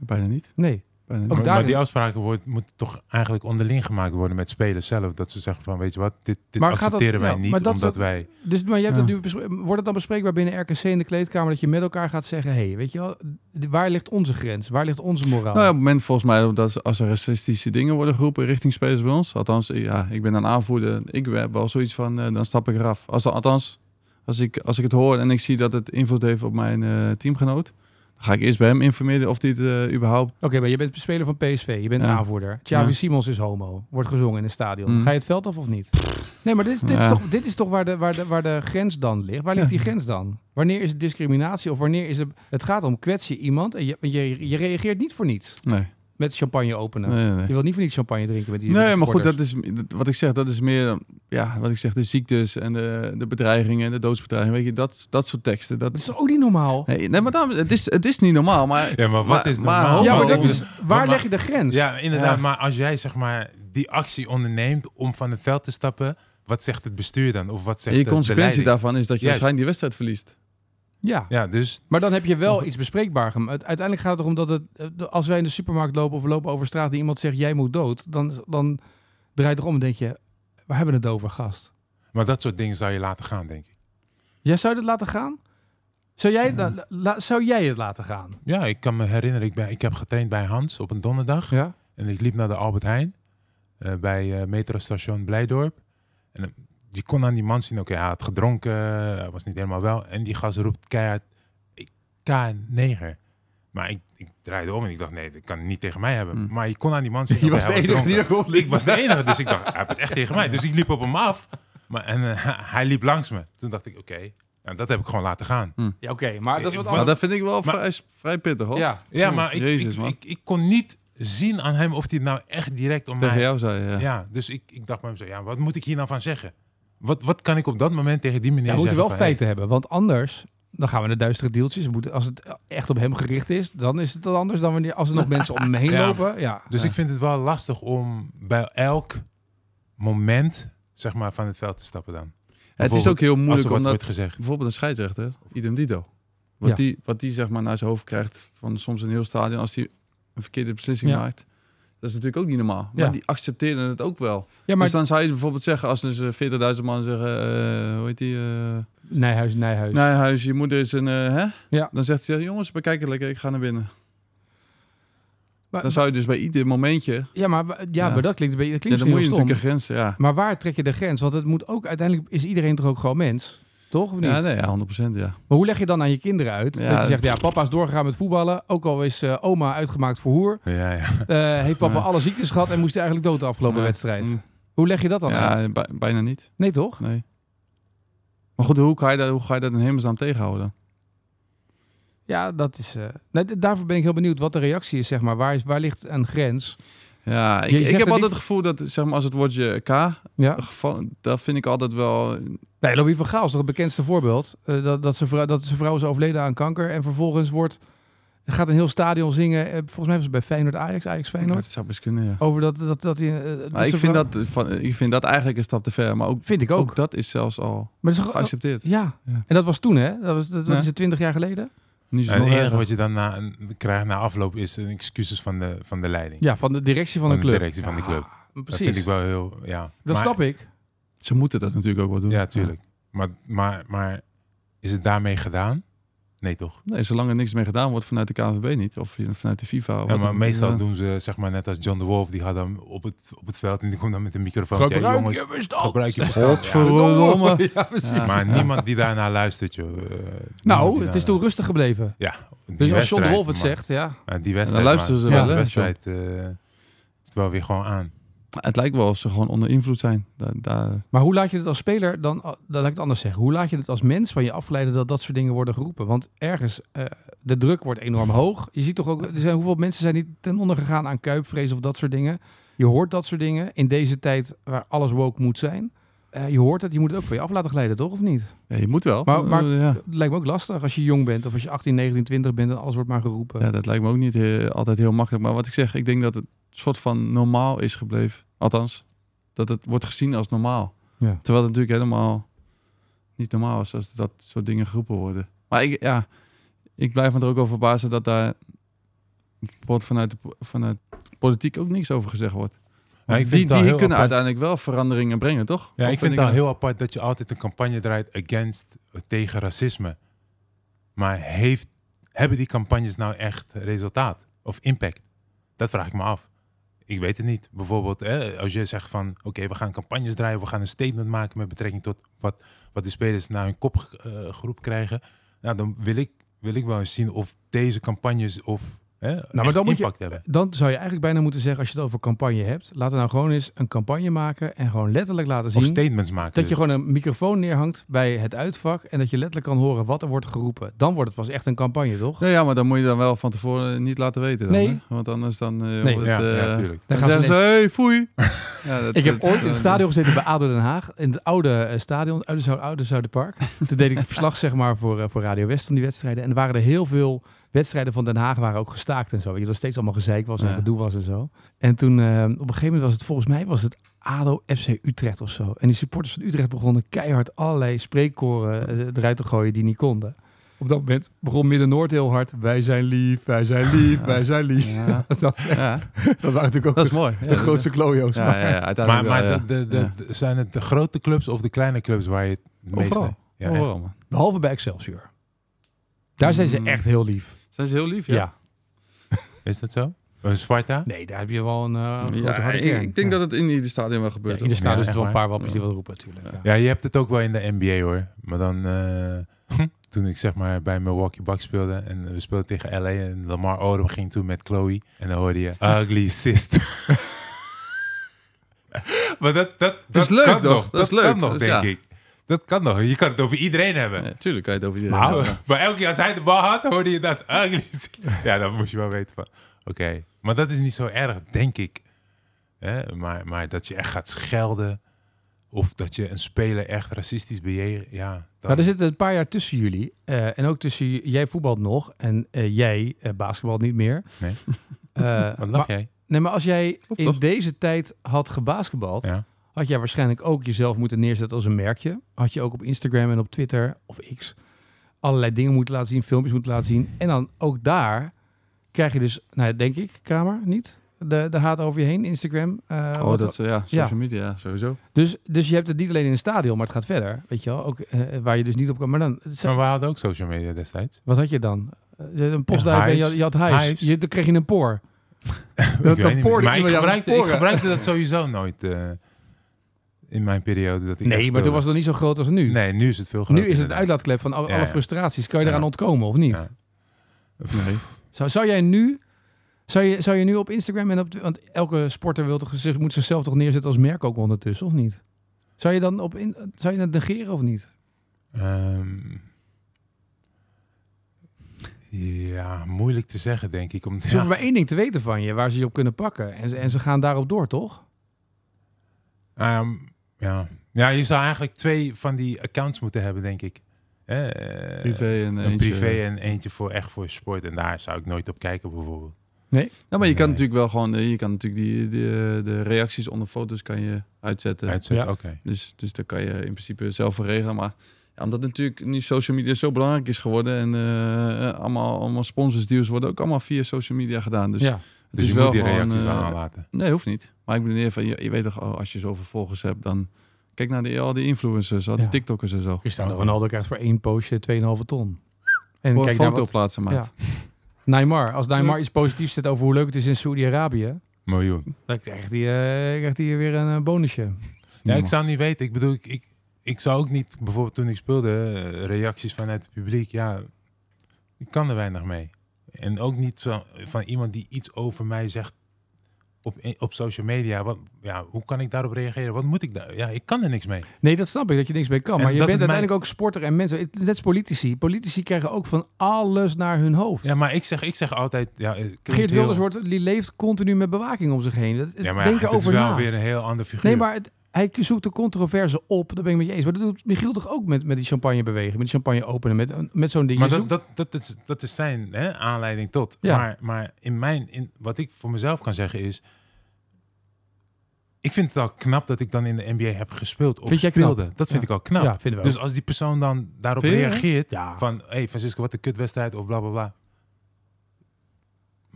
S1: bijna niet.
S2: Nee.
S1: Bijna niet.
S2: Ook
S3: Maar,
S2: daarin-
S3: maar die afspraken wordt, moeten toch eigenlijk onderling gemaakt worden met spelers zelf. Dat ze zeggen van, weet je wat, dit, dit
S2: Maar gaat dat-
S3: accepteren wij
S2: ja,
S3: niet,
S2: maar dat
S3: omdat
S2: is dat-
S3: wij...
S2: Dus, maar je hebt
S1: Ja.
S2: dat nu bes- wordt het dan bespreekbaar binnen RKC in de kleedkamer dat je met elkaar gaat zeggen: hé, hey, weet je wel, d- waar ligt onze grens? Waar ligt onze moraal?
S1: Nou ja, op het moment volgens mij dat ze- als er racistische dingen worden geroepen richting spelers bij ons. Althans, ja, ik ben een aanvoerder. Ik heb wel zoiets van, eh, dan stap ik eraf. Als, althans, als ik, als ik het hoor en ik zie dat het invloed heeft op mijn eh, teamgenoot. Dan ga ik eerst bij hem informeren of hij het eh, überhaupt...
S2: Oké, maar je bent speler van PSV, je bent een
S1: Ja.
S2: aanvoerder. Xavi
S1: Ja.
S2: Simons is homo, wordt gezongen in het stadion.
S1: Mm.
S2: Ga je het veld af of niet? Nee, maar dit is, dit is
S1: Ja.
S2: toch, dit is toch waar, de, waar, de, waar de grens dan ligt? Waar ligt
S1: Ja.
S2: die grens dan? Wanneer is het discriminatie of wanneer is het... Het gaat om kwets je iemand en je, je, je reageert niet voor niets
S1: Nee,
S2: met champagne openen.
S1: nee, nee, nee.
S2: Je wilt niet voor niets champagne drinken met die met
S1: Nee,
S2: die
S1: maar goed,
S2: supporters.
S1: dat is, dat- wat ik zeg, dat is meer, ja, wat ik zeg, de ziektes en de, de bedreigingen en de doodsbedreigingen. Weet je, dat, dat soort teksten. Dat,
S2: Dat is ook niet normaal.
S1: nee, nee, maar daarom, het, is, het is niet normaal, maar...
S3: Ja, maar wat
S1: Maar-
S3: is
S1: maar-
S3: normaal?
S2: ja, maar
S1: homo-
S2: dat is, waar
S3: maar-
S2: leg je de grens?
S3: Ja, inderdaad.
S1: Ja.
S3: Maar als jij zeg maar die actie onderneemt om van het veld te stappen, wat zegt het bestuur dan? Of wat zegt
S1: je
S3: de, de
S1: consequentie
S3: leiding?
S1: daarvan is dat je
S3: Juist.
S1: waarschijnlijk die wedstrijd verliest.
S2: ja.
S3: Ja, dus
S2: Maar dan heb je wel iets bespreekbaar. gemaakt. Het- Uiteindelijk gaat het erom dat het, eh, de- als wij in de supermarkt lopen of we lopen over straat en iemand zegt jij moet dood, dan, dan draait het om en denk je, waar hebben we het over, gast?
S3: maar dat soort dingen zou je laten gaan, denk ik.
S2: Jij zou je dat laten gaan? Zou jij, la- la- zou jij het laten gaan?
S3: Ja, ik kan me herinneren, ik, ben, ik heb getraind bij Hans op een donderdag.
S2: Ja.
S3: En ik liep naar de Albert Heijn eh, bij eh metrostation Blijdorp. En eh, je kon aan die man zien, oké, hij had gedronken, hij was niet helemaal wel. En die gast roept keihard, ik- K9. Maar ik, ik draaide om en ik dacht, nee, dat kan hij niet tegen mij hebben.
S1: Hmm.
S3: Maar je kon aan die man zien, oké, hij was dronken.
S2: dat
S3: Ik was de enige, dus ik dacht, hij heeft het echt tegen mij. Dus ik liep op hem af. Maar, en eh, hij liep langs me. Toen dacht ik, oké, nou, dat heb ik gewoon laten gaan.
S2: Ja, oké, maar dat is wat
S3: Maar
S1: Maar
S2: anders.
S1: dat vind ik wel
S3: Maar-
S1: vrij, vrij pittig, hoor.
S2: Ja.
S3: Ja, maar ik,
S1: Jezus,
S3: ik,
S1: man.
S3: ik, ik kon niet zien aan hem of hij het nou echt direct om
S1: Tegen
S3: mij...
S1: jou zei je, ja.
S3: Ja. dus ik, ik dacht bij mezelf, ja, wat moet ik hier nou van zeggen? Wat, wat kan ik op dat moment tegen die meneer
S2: Ja, we
S3: zeggen?
S2: moeten wel
S3: van,
S2: feiten hebben, want anders dan gaan we naar duistere deeltjes. We moeten, als het echt op hem gericht is, dan is het wel anders dan wanneer als er nog mensen om hem heen
S3: Ja.
S2: lopen. Ja.
S3: hey, Dus ik vind het wel lastig om bij elk moment zeg maar, van het veld te stappen dan.
S1: Het is ook heel
S3: Als
S1: moeilijk
S3: er wat
S1: omdat
S3: wordt gezegd.
S1: bijvoorbeeld een scheidsrechter, idem dito. Wat,
S2: Ja.
S1: die, wat die zeg maar naar zijn hoofd krijgt van soms een heel stadion als hij een verkeerde beslissing
S2: Ja.
S1: maakt. Dat is natuurlijk ook niet normaal. Maar
S2: Ja.
S1: die accepteren het ook wel.
S2: ja, maar
S1: Dus dan zou je bijvoorbeeld zeggen, als dus eh, 40.000 man zeggen, eh, hoe heet die? eh
S2: Nijhuis, Nijhuis.
S1: Nijhuis, je moeder is een, eh, hè?
S2: Ja.
S1: Dan zegt hij, jongens, bekijk het lekker, ik ga naar binnen.
S2: Maar-
S1: Dan zou je dus bij ieder momentje, ja,
S2: Ja, maar, wa- ja,
S1: Ja.
S2: maar dat klinkt, een beetje- dat
S1: dan moet
S2: klinkt
S1: je
S2: misschien heel
S1: natuurlijk een
S2: stom.
S1: grens, ja.
S2: Maar waar trek je de grens? Want het moet ook, uiteindelijk is iedereen toch ook gewoon mens? Toch? Of niet?
S1: Ja, nee, ja, 100% ja.
S2: Maar hoe leg je dan aan je kinderen uit?
S1: Ja,
S2: dat je
S1: dat-
S2: zegt, ja, papa is doorgegaan met voetballen. Ook al is eh, oma uitgemaakt voor hoer.
S3: Ja, ja.
S2: eh, heeft papa
S1: Ja.
S2: alle ziektes gehad en moest hij eigenlijk dood de afgelopen
S1: Ja.
S2: wedstrijd.
S1: Mm.
S2: Hoe leg je dat dan uit?
S1: Ja, bij- bijna niet.
S2: Nee, toch?
S1: Nee. Maar goed, hoe ga je dat, hoe ga je dat in hemelsnaam tegenhouden?
S2: Ja, dat is... eh, nee, d- daarvoor ben ik heel benieuwd wat de reactie is, zeg maar. Waar, is, waar ligt een grens?
S1: Ja, ik,
S2: Je
S1: ik
S2: zegt
S1: heb
S2: het
S1: altijd
S2: niet-
S1: het gevoel dat, zeg maar, als het woordje K,
S2: Ja.
S1: gevallen, dat vind ik altijd wel...
S2: Nee, Louis van Gaal is toch het bekendste voorbeeld. Eh, dat, dat, zijn vrouw, dat zijn vrouw is overleden aan kanker. En vervolgens wordt, gaat een heel stadion zingen. eh, volgens mij was het bij Feyenoord Ajax, Ajax
S1: Dat
S2: Feyenoord.
S1: zou best kunnen, ja.
S2: Over Oh, dat, dat, dat, hij, eh, dat
S1: Maar ik,
S2: zijn
S1: vind
S2: vrouw-
S1: dat, van, ik vind dat eigenlijk een stap te ver, maar ook,
S2: Vind ik ook.
S1: ook dat is zelfs al
S2: maar dat is, toch-
S1: geaccepteerd.
S2: ja.
S1: Ja.
S2: en dat was toen hè? Dat, was, dat, dat
S1: Ja.
S2: is het twintig jaar geleden?
S1: Nu is
S3: En
S1: het
S3: het
S1: nog
S3: enige
S1: erger.
S3: wat je dan na, krijgt na afloop is een excuses van de, van de leiding.
S2: Ja, van de directie van,
S3: Van
S2: de
S3: de
S2: club.
S3: directie van de
S2: Ja,
S3: club. Dat
S2: Ah, precies.
S3: vind ik
S2: Dat,
S3: wel heel... Ja. Maar-
S2: snap ik.
S1: Ze moeten dat natuurlijk ook wel doen.
S3: Ja, tuurlijk. Maar, maar, maar is het daarmee gedaan? Nee, toch?
S1: Nee, zolang er niks mee gedaan wordt vanuit de KNVB niet, of vanuit de FIFA.
S3: Ja,
S1: wat
S3: maar
S1: dan-
S3: meestal
S1: ja.
S3: doen ze zeg maar net als John de Wolf. Die gaat dan op het, op het veld en die komt dan met een microfoon.
S2: Gebruik
S3: ja,
S2: je
S3: jongens,
S2: verstand.
S3: gebruik je verstand. Ja,
S1: Godverdomme.
S2: Ja, precies.
S1: Ja.
S3: Maar niemand die daarna luistert, joh. Eh, niemand
S2: Nou,
S3: die
S2: het is
S3: daarna-
S2: toen rustig gebleven.
S3: Ja. die
S2: Dus als John
S3: wedstrijd,
S2: de Wolf het
S3: maar-
S2: zegt, ja.
S3: maar die wedstrijd,
S1: Dan luisteren
S3: maar-
S1: ze wel,
S3: maar de
S1: hè,
S3: wedstrijd eh, is het wel weer gewoon aan.
S1: Het lijkt wel of ze gewoon onder invloed zijn. Daar, daar,
S2: Maar hoe laat je het als speler dan, dat laat ik het anders zeggen, hoe laat je het als mens van je afleiden dat dat soort dingen worden geroepen? Want ergens, eh, de druk wordt enorm hoog. Je ziet toch ook, er zijn, hoeveel mensen zijn niet ten onder gegaan aan kuipvrees of dat soort dingen. Je hoort dat soort dingen in deze tijd waar alles woke moet zijn. Eh, je hoort het, je moet het ook van je af laten glijden, toch of niet?
S1: ja, je moet wel.
S2: Maar- maar-
S1: Eh, ja.
S2: Dat lijkt me ook lastig als je jong bent of als je 18, 19, 20 bent en alles wordt maar geroepen.
S1: Ja, dat lijkt me ook niet eh, altijd heel makkelijk. Maar wat ik zeg, ik denk dat het soort van normaal is gebleven. Althans, dat het wordt gezien als normaal.
S2: Ja.
S1: Terwijl het natuurlijk helemaal niet normaal is als dat soort dingen geroepen worden. Maar ik, ja, ik blijf me er ook over verbazen dat daar wordt vanuit, de, po- vanuit politiek ook niks over gezegd wordt.
S3: Ja, ik vind
S1: die
S3: het wel
S1: die
S3: heel
S1: kunnen
S3: apart.
S1: uiteindelijk wel veranderingen brengen, toch?
S3: Ja,
S1: Of
S3: ik vind het al heel apart dat je altijd een campagne draait against, eh, tegen racisme. Maar heeft, hebben die campagnes nou echt resultaat of impact? Dat vraag ik me af. Ik weet het niet. Bijvoorbeeld, hè, als je zegt van, oké, we gaan campagnes draaien, we gaan een statement maken met betrekking tot wat, wat de spelers naar hun kopgroep groep krijgen. Nou, dan wil ik, wil ik wel eens zien of deze campagnes of hè,
S2: Nou, maar
S3: echt
S2: dan moet je-
S3: impact hebben.
S2: Dan zou je eigenlijk bijna moeten zeggen, als je het over campagne hebt, laten we nou gewoon eens een campagne maken en gewoon letterlijk laten
S3: Of
S2: zien
S3: statements maken. dus.
S2: dat je gewoon een microfoon neerhangt bij het uitvak en dat je letterlijk kan horen wat er wordt geroepen. Dan wordt het pas echt een campagne, toch?
S1: Nee, ja, maar dan moet je dan wel van tevoren eh, niet laten weten. Dan,
S2: Nee.
S1: hè? Want anders dan... eh,
S2: Nee.
S1: wordt
S3: ja,
S1: het, eh,
S3: ja, natuurlijk.
S1: dan
S2: Dan gaan ze
S1: zeggen ze,
S2: ineens-
S1: hey, foei. Ja, dat-
S2: Ik heb
S1: dat-
S2: ooit in
S1: eh,
S2: het stadion gezeten bij ADO Den Haag. In het oude eh, stadion, het oude, Zou- oude Zuiderpark. Toen deed ik verslag zeg maar, voor, eh, voor Radio West van die wedstrijden. En er waren er heel veel wedstrijden van Den Haag waren ook gestaakt en zo. Weet je, dat steeds allemaal gezeik was en
S1: Ja.
S2: gedoe was en zo. En toen, eh, op een gegeven moment was het volgens mij was het ADO FC Utrecht of zo. En die supporters van Utrecht begonnen keihard allerlei spreekkoren eh, eruit te gooien die niet konden. Op dat moment begon Midden-Noord heel hard. Wij zijn lief, wij zijn lief, wij zijn lief.
S1: Ja,
S2: Dat, dat
S1: ja,
S2: waren natuurlijk ook
S1: dat is
S2: de,
S1: mooi. Ja,
S2: de
S1: dat-
S2: grootste klojo's.
S1: Ja,
S2: maar-
S1: ja, ja, uiteindelijk
S3: Maar,
S1: wel,
S3: maar
S1: ja.
S3: de, de, de,
S1: Ja.
S3: de- zijn het de grote clubs of de kleine clubs waar je het meeste...
S1: Overal.
S3: Ja, echt.
S1: Overal, man.
S2: Behalve bij Excelsior. Daar zijn ze
S1: Mm.
S2: echt heel lief.
S1: Zijn ze heel lief?
S2: Hmm. Ja.
S1: Ja.
S3: Is dat zo? Een Sparta?
S2: Nee, daar heb je wel een eh, grote
S1: Ja,
S2: harde
S1: ik,
S2: kern.
S1: ik denk dat het in ieder stadion wel
S2: Ja,
S1: gebeurt.
S2: in de
S1: hoor.
S2: stadion
S3: Ja,
S2: zitten wel een
S3: echt
S2: paar wappies die wel roepen natuurlijk. Ja.
S3: Ja, je hebt het ook wel in de NBA hoor. Maar dan,
S1: Hm?
S3: eh, toen ik zeg maar bij Milwaukee Bucks speelde en we speelden tegen LA en Lamar Odom ging toen met Chloe en dan hoorde je Ugly Sister. maar dat, dat, dat,
S1: is leuk,
S3: kan
S1: toch?
S3: nog.
S1: Dat is leuk.
S3: kan nog,
S1: Dus
S3: denk
S1: ja.
S3: ik. Dat kan nog. Je kan het over iedereen hebben.
S1: Ja, tuurlijk kan je het over iedereen
S2: Maar-
S1: hebben.
S3: Maar elke keer als hij de bal had, hoorde je dat ugly. Ja, dan moest je wel weten van, oké. Maar dat is niet zo erg, denk ik. Hè? Maar, maar dat je echt gaat schelden of dat je een speler echt racistisch bejegent, ja. Dan,
S2: Nou, er zitten een paar jaar tussen jullie. eh, en ook tussen j- jij voetbalt nog en eh, jij eh, basketbalt niet meer.
S3: Nee.
S2: Eh,
S3: Wat lach
S2: maar,
S3: jij?
S2: nee, maar als jij
S1: Klopt
S2: in
S1: toch?
S2: deze tijd had gebasketbald,
S3: Ja.
S2: had jij waarschijnlijk ook jezelf moeten neerzetten als een merkje. Had je ook op Instagram en op Twitter of X allerlei dingen moeten laten zien, filmpjes moeten laten zien. En dan ook daar krijg je dus, nou ja, denk ik, Kramer, niet? De, de haat over je heen, Instagram. eh,
S1: Oh,
S2: wat-
S1: dat is, ja, social media, ja, sowieso.
S2: dus, dus je hebt het niet alleen in het stadion, maar het gaat verder. Weet je wel, ook eh, waar je dus niet op kan. Maar dan, het zijn-
S3: Maar we hadden ook social media destijds.
S2: wat had je dan? Eh, je had Een postduif
S3: Ja,
S2: en je had,
S3: hives.
S2: je had hives.
S3: Hives.
S2: Je, dan kreeg je een poor.
S3: Ik weet niet meer.
S2: poorde
S3: Maar ik
S2: iemand jou
S3: gebruikte,
S2: met
S3: ik
S2: sporen.
S3: gebruikte dat sowieso nooit eh, in mijn periode. Dat ik echt
S2: Nee, maar toen
S3: speelde.
S2: was het nog niet zo groot als nu.
S3: Nee, nu is het veel groter.
S2: nu is het het
S3: inderdaad.
S2: uitlaatklep van al- alle
S3: Ja, ja.
S2: frustraties. Kan je
S3: Ja.
S2: eraan ontkomen of niet?
S3: Ja.
S1: Nee.
S2: Zou, zou jij nu... Zou je, zou je nu op Instagram en op... Want elke sporter wil toch, zich, moet zichzelf toch neerzetten als merk ook ondertussen, of niet? Zou je dan op in, zou je dat negeren of niet?
S3: Ehm, ja, moeilijk te zeggen, denk ik. Om,
S2: Ze
S3: ja,
S2: hoeven maar één ding te weten van je, waar ze je op kunnen pakken. En, ze- en ze gaan daarop door, toch?
S3: ehm, ja. ja, je zou eigenlijk twee van die accounts moeten hebben, denk ik. Eh,
S1: Privé en
S3: een
S1: eentje.
S3: privé en eentje voor echt voor sport. En daar zou ik nooit op kijken, bijvoorbeeld.
S1: Nou, maar je kan
S3: Nee.
S1: natuurlijk wel gewoon, eh, je kan natuurlijk die, die, eh, de reacties onder foto's kan je uitzetten.
S3: Uitzet,
S2: Ja.
S3: oké.
S1: Dus, dus daar kan je in principe zelf voor regelen. Maar ja, omdat natuurlijk nu social media zo belangrijk is geworden en eh, allemaal, allemaal sponsorsdeals worden ook allemaal via social media gedaan. Dus
S2: ja.
S1: het
S3: Dus
S1: is
S3: je
S1: wel
S3: moet die
S1: gewoon,
S3: reacties
S1: eh,
S3: wel aanlaten.
S1: Nee, hoeft niet. Maar ik bedoel, van, je, je weet toch, oh, als je zoveel volgers hebt, dan kijk naar die, al die influencers, al die
S2: Ja.
S1: TikTokkers en zo.
S2: Cristiano Ronaldo krijgt voor één postje 2,5 ton. En
S1: Voor een
S2: kijk
S1: foto
S2: naar wat...
S1: plaatsen, maat.
S2: Ja. Neymar, als Neymar iets positiefs zet over hoe leuk het is in Saudi-Arabië,
S3: Miljoen.
S2: dan krijgt hij, eh, krijgt hij weer een eh, bonusje.
S3: Ja, ik zou niet weten. Ik bedoel, ik, ik, ik zou ook niet, bijvoorbeeld toen ik speelde, eh, reacties vanuit het publiek. Ja, ik kan er weinig mee. En ook niet van, van iemand die iets over mij zegt op, op social media. Wat, ja, hoe kan ik daarop reageren? Wat moet ik daar? Ja, ik kan er niks mee.
S2: Nee, dat snap ik, dat je niks mee kan.
S3: En
S2: Maar je
S3: dat
S2: bent
S3: het mij-
S2: uiteindelijk ook sporter en mensen. Het- Net als politici. Politici krijgen ook van alles naar hun hoofd.
S3: Ja, maar ik zeg, ik zeg altijd... Ja, eh, klinkt
S2: Geert
S3: heel-
S2: Wilders wordt, die leeft continu met bewaking om zich heen. Dat,
S3: Ja, maar
S2: denken
S3: het is
S2: over
S3: wel
S2: na.
S3: weer een heel ander figuur.
S2: Nee, maar het- hij zoekt de controverse op. Dat ben ik met je eens. Maar dat doet Michiel toch ook met, met die champagne bewegen. Met die champagne openen. Met, met zo'n ding.
S3: Maar
S2: Je
S3: dat,
S2: zoekt-
S3: dat, dat, is, dat is zijn hè, aanleiding tot.
S2: Ja.
S3: Maar, maar in mijn, in, wat ik voor mezelf kan zeggen is... Ik vind het al knap dat ik dan in de NBA heb gespeeld of
S2: Vind jij knap?
S3: speelde. Dat vind
S2: Ja.
S3: ik al knap.
S2: Ja, vinden we
S3: dus als die persoon dan daarop
S1: Vind je, hè?
S3: reageert
S2: Ja.
S3: van... Hé hey, Francisco, wat een kutwedstrijd of bla bla bla.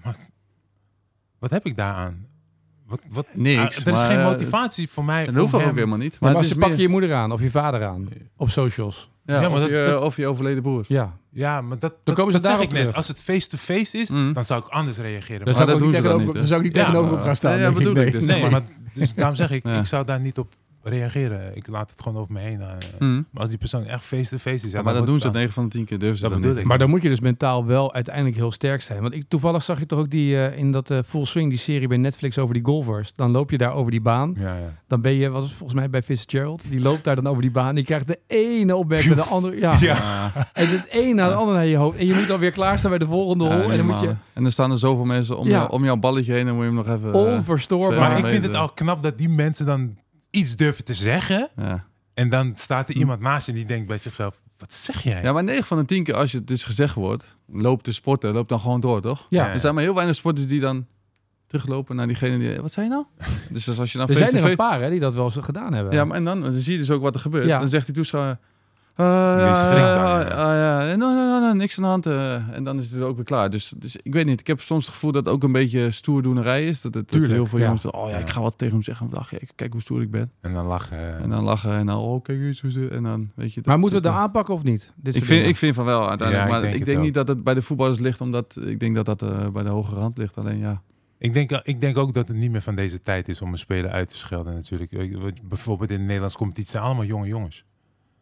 S3: Maar Wat heb ik daaraan? Wat, wat,
S1: Niks,
S3: Ah, er is
S1: maar,
S3: geen
S1: eh,
S3: motivatie voor mij.
S1: En
S3: om
S1: dat hoeft ook
S3: hem-
S1: helemaal niet.
S2: Maar,
S1: Maar,
S2: als
S1: het is
S2: je pak je
S1: meer-
S2: je moeder aan of je vader aan op socials.
S1: Ja,
S3: Ja, maar
S1: of,
S3: dat-
S1: je,
S3: dat-
S1: of je overleden broer.
S2: Ja.
S3: Ja, maar dat,
S2: Dan
S3: dat,
S2: komen ze
S3: dat zeg
S2: daarop
S3: ik net.
S2: terug.
S3: Als het face-to-face is,
S1: Mm.
S3: dan zou ik anders reageren.
S1: Dus
S3: Maar-
S1: dat
S2: ik
S1: doen
S2: niet
S1: ze dan
S2: tegenover-
S1: niet, hè?
S2: dan zou ik niet
S3: Ja,
S2: tegenover
S1: maar-
S2: op gaan staan.
S1: Nee, ja,
S2: denk ik.
S1: bedoel ik dus.
S3: nee,
S1: zeg
S3: maar.
S1: maar.
S3: dus daarom zeg ik,
S1: Ja.
S3: ik zou daar niet op reageren. Ik laat het gewoon over me heen gaan. Maar als die persoon echt face-to-face is... ja,
S1: Ja, maar
S3: dan
S1: dat doen
S3: wordt
S1: ze
S3: het
S1: 9 van de 10 keer. Durven ze
S3: Dat
S1: dat
S3: bedoel
S1: niet.
S3: ik.
S2: Maar dan moet je dus mentaal wel uiteindelijk heel sterk zijn. Want ik, toevallig zag je toch ook die, eh, in dat eh, Full Swing, die serie bij Netflix over die golfers. Dan loop je daar over die baan.
S3: aan. Ja, ja.
S2: Dan ben je, was het volgens mij bij Fitzgerald, die loopt daar dan over die baan. Die krijgt de ene opmerking naar de andere. Ja.
S3: Ja.
S1: Ja,
S2: En het een naar de ander naar je hoofd. En je moet dan weer klaarstaan bij de volgende
S1: ja,
S2: hol. En dan moet je
S1: helemaal. En er staan er zoveel mensen om,
S2: Ja.
S1: jou- om jouw balletje heen en moet je hem nog even... eh,
S2: onverstoorbaar.
S1: Ja,
S3: Maar ik
S1: nee,
S3: vind
S1: de-
S3: het al knap dat die mensen dan iets durven te zeggen.
S1: ja.
S3: En dan staat er iemand naast je die denkt bij zichzelf... Wat zeg jij?
S1: Hm. ja, maar 9 van de 10 keer als je het dus gezegd wordt, loopt de sporter, loopt dan gewoon door, toch?
S2: Ja.
S1: Er zijn maar heel weinig sporters die dan teruglopen naar diegene die... Wat zei je nou? Dus als je nou
S2: Er zijn er een
S1: face-to-face-
S2: paar hè, die dat wel eens gedaan hebben.
S1: Ja, maar en dan, dan zie je dus ook wat er gebeurt.
S2: Ja.
S1: Dan zegt die toeschouwer... eh, ja,
S3: Die schrikt dan,
S1: eh, eh, eh, nou, nou, nou, nou, niks aan de hand. eh. en dan is het ook weer klaar. Dus, dus ik weet niet. Ik heb soms het gevoel dat het ook een beetje stoerdoenerij is. Dat het dat
S2: Tuurlijk,
S1: heel veel
S2: ja.
S1: jongens... Oh ja,
S3: Ja.
S1: ik ga wat tegen hem zeggen. Want, ach, ja, kijk hoe stoer ik ben.
S3: En dan lachen. eh.
S1: En dan lachen. En dan, oh, kijk eens hoe ze... En dan, weet je... dat-
S2: Maar moeten we
S1: dat-
S2: het dan aanpakken of niet? Dit
S1: ik
S2: soort
S1: vind,
S2: dingen.
S1: ik vind van wel uiteindelijk.
S3: Ja, ik
S1: maar
S3: denk
S1: ik
S3: het
S1: denk
S3: ook.
S1: niet dat het bij de voetballers ligt. Omdat ik denk dat dat eh, bij de hogere hand ligt. Alleen ja.
S3: Ik denk, eh, ik denk ook dat het niet meer van deze tijd is om een speler uit te schelden natuurlijk. Ik- want Bijvoorbeeld in de Nederlandse competitie zijn allemaal jonge jongens.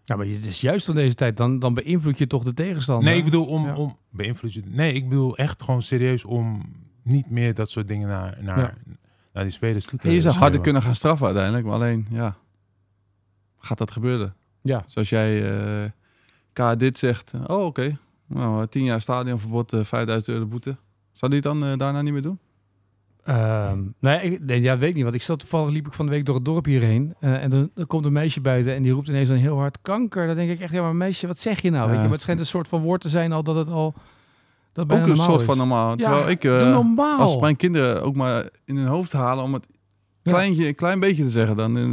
S2: Ja, maar het is juist van deze tijd. Dan, dan beïnvloed je toch de tegenstander.
S3: Nee, ik bedoel om,
S2: Ja.
S3: om beïnvloed je. Nee, ik bedoel echt gewoon serieus om niet meer dat soort dingen naar, naar,
S2: Ja.
S3: naar die spelers toe te
S1: Je zou harder
S3: schreeuwen.
S1: kunnen gaan straffen uiteindelijk. Maar alleen, ja. Gaat dat gebeuren?
S2: Ja.
S1: Zoals jij eh K. dit zegt. Oh, oké. Nou, eh, 10 jaar stadionverbod, eh, 5000 euro boete. Zou die het dan eh, daarna niet meer doen?
S2: Ehm, nee, ik, nee, ja, weet ik niet. Want ik zat toevallig liep ik van de week door het dorp hierheen. eh, en dan, dan komt een meisje buiten en die roept ineens dan heel hard kanker. Dan denk ik echt, ja, maar meisje, wat zeg je nou? Weet je?
S1: Ja.
S2: Maar het schijnt een soort van woord te zijn al dat het al dat bijna
S1: ook een
S2: normaal
S1: soort
S2: is.
S1: van normaal.
S2: Ja,
S1: Terwijl ik, eh,
S2: Doe normaal.
S1: als mijn kinderen ook maar in hun hoofd halen om het
S2: Oh. Ja.
S1: kleintje, een klein beetje te zeggen, dan eh,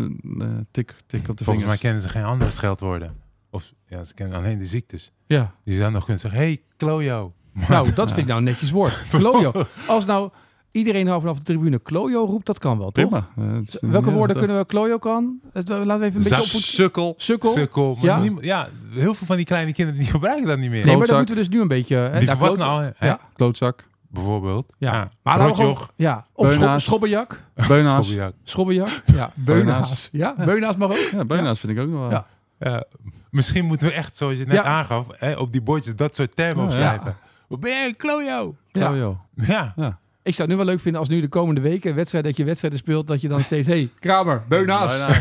S1: eh, tik, tik op de
S3: Volgens mij
S1: vingers.
S3: kennen ze geen andere scheldwoorden. Of ja, ze kennen alleen de ziektes.
S2: Ja.
S3: Die dan nog kunnen zeggen, hey, klojo. Maar-
S2: Nou, dat vind ik nou een netjes woord. Klojo. Als nou iedereen nou vanaf de tribune klojo roept, dat kan wel, toch?
S1: Prima. Eh, het is een-
S2: Welke
S1: ja,
S2: woorden
S1: dat-
S2: kunnen we klojo kan? Het, eh, Laten we even een beetje
S3: Zak-
S2: op
S1: Sukkel.
S2: sukkel.
S3: Sukkel. Maar
S2: Ja.
S3: niemand- ja, heel veel van die kleine kinderen die gebruiken dat niet meer.
S2: Nee, maar
S1: Klootzak.
S2: dan moeten we dus nu een beetje. Hè,
S3: die nou-
S2: daar
S3: volwassenen
S2: kloot-
S3: al, hè,
S2: Ja.
S1: Klootzak.
S3: bijvoorbeeld.
S2: Ja.
S3: Ja.
S2: Maar dan gewoon,
S3: Rotjoch.
S2: ja. Of scho-
S1: Beunaas.
S2: schobbejak.
S1: Beunaas.
S3: Schobbejak.
S2: Schobbejak. Ja. Beunaas. Ja. Beunaas mag ook.
S1: Ja, Beunaas vind ik ook nog wel.
S2: Ja.
S3: Ja, misschien moeten we echt, zoals je net
S2: Ja.
S3: aangaf, hè, op die bordjes dat soort termen
S1: Ja,
S3: opschrijven. Wat ben jij, een klojo?
S1: Ja.
S2: Ja.
S1: Oh, joh.
S3: Ja.
S2: Ik zou het nu wel leuk vinden als nu de komende weken wedstrijd dat je wedstrijden speelt dat je dan steeds hey Kramer Beunaas.
S1: Beunaas.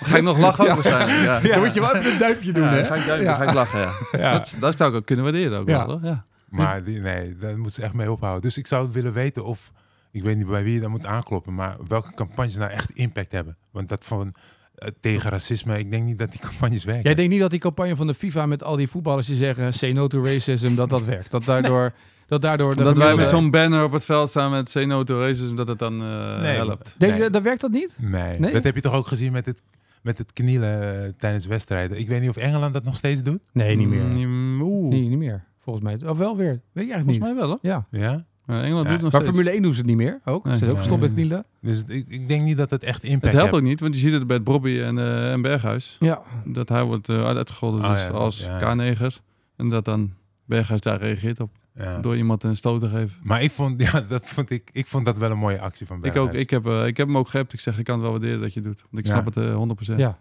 S1: Ga ik nog lachen ook waarschijnlijk. Ja.
S2: Dan moet je wel even een duimpje doen.
S1: Ja,
S2: hè?
S1: dan ga ik duimen,
S2: Ja.
S1: dan ga ik lachen, ja.
S3: Ja.
S1: Dat, dat zou ik ook kunnen waarderen ook
S2: Ja.
S1: wel, hoor. Ja.
S3: Maar die, nee, daar moeten ze echt mee ophouden. Dus ik zou willen weten of, ik weet niet bij wie je dan moet aankloppen, maar welke campagnes nou echt impact hebben. Want dat van eh, tegen racisme, ik denk niet dat die campagnes werken.
S2: Jij denkt niet dat die campagne van de FIFA met al die voetballers die zeggen say no to racism dat dat werkt. Dat daardoor dat daardoor de
S1: Dat wij met
S2: gemiddelde-
S1: zo'n banner op het veld staan met say no to racism, dat het dan eh, helpt.
S2: Denk
S3: Nee.
S2: je dat werkt dat niet?
S3: Nee.
S2: Nee?
S3: dat heb je toch ook gezien met het, met het knielen eh, tijdens wedstrijden. Ik weet niet of Engeland dat nog steeds doet.
S2: Nee,
S1: Mm, Oeh,
S2: Nee, niet meer. Volgens mij. Of wel weer. Weet je eigenlijk
S1: volgens
S2: niet.
S1: mij wel hoor.
S2: Ja.
S3: Ja?
S1: Ja, Engeland
S3: Ja,
S1: doet nog
S2: Maar
S1: steeds.
S2: Formule 1 doen ze het niet meer. Ook.
S1: Nee.
S2: ze zijn ook
S3: Nee.
S2: gestopt met knielen.
S3: Dus het- ik, ik denk niet dat het echt
S1: Het
S3: impact
S1: helpt
S3: heeft.
S1: ook niet, want je ziet het bij het Bobby en, eh, en Berghuis.
S2: Ja.
S1: Dat hij wordt eh, uitgescholden
S3: Ah,
S1: dus
S3: ja, dat-
S1: als
S3: ja.
S1: K-neger. En dat dan Berghuis daar reageert op.
S3: Ja.
S1: Door iemand een stoot te geven.
S3: Maar ik vond, ja, dat vond ik, ik vond dat wel een mooie actie van
S1: Ik
S3: Berghuis.
S1: ook. Ik heb, eh, ik heb hem ook geappt. Ik zeg, ik kan het wel waarderen dat je het doet. Want ik
S3: Ja.
S1: snap het eh, 100%.
S2: Ja.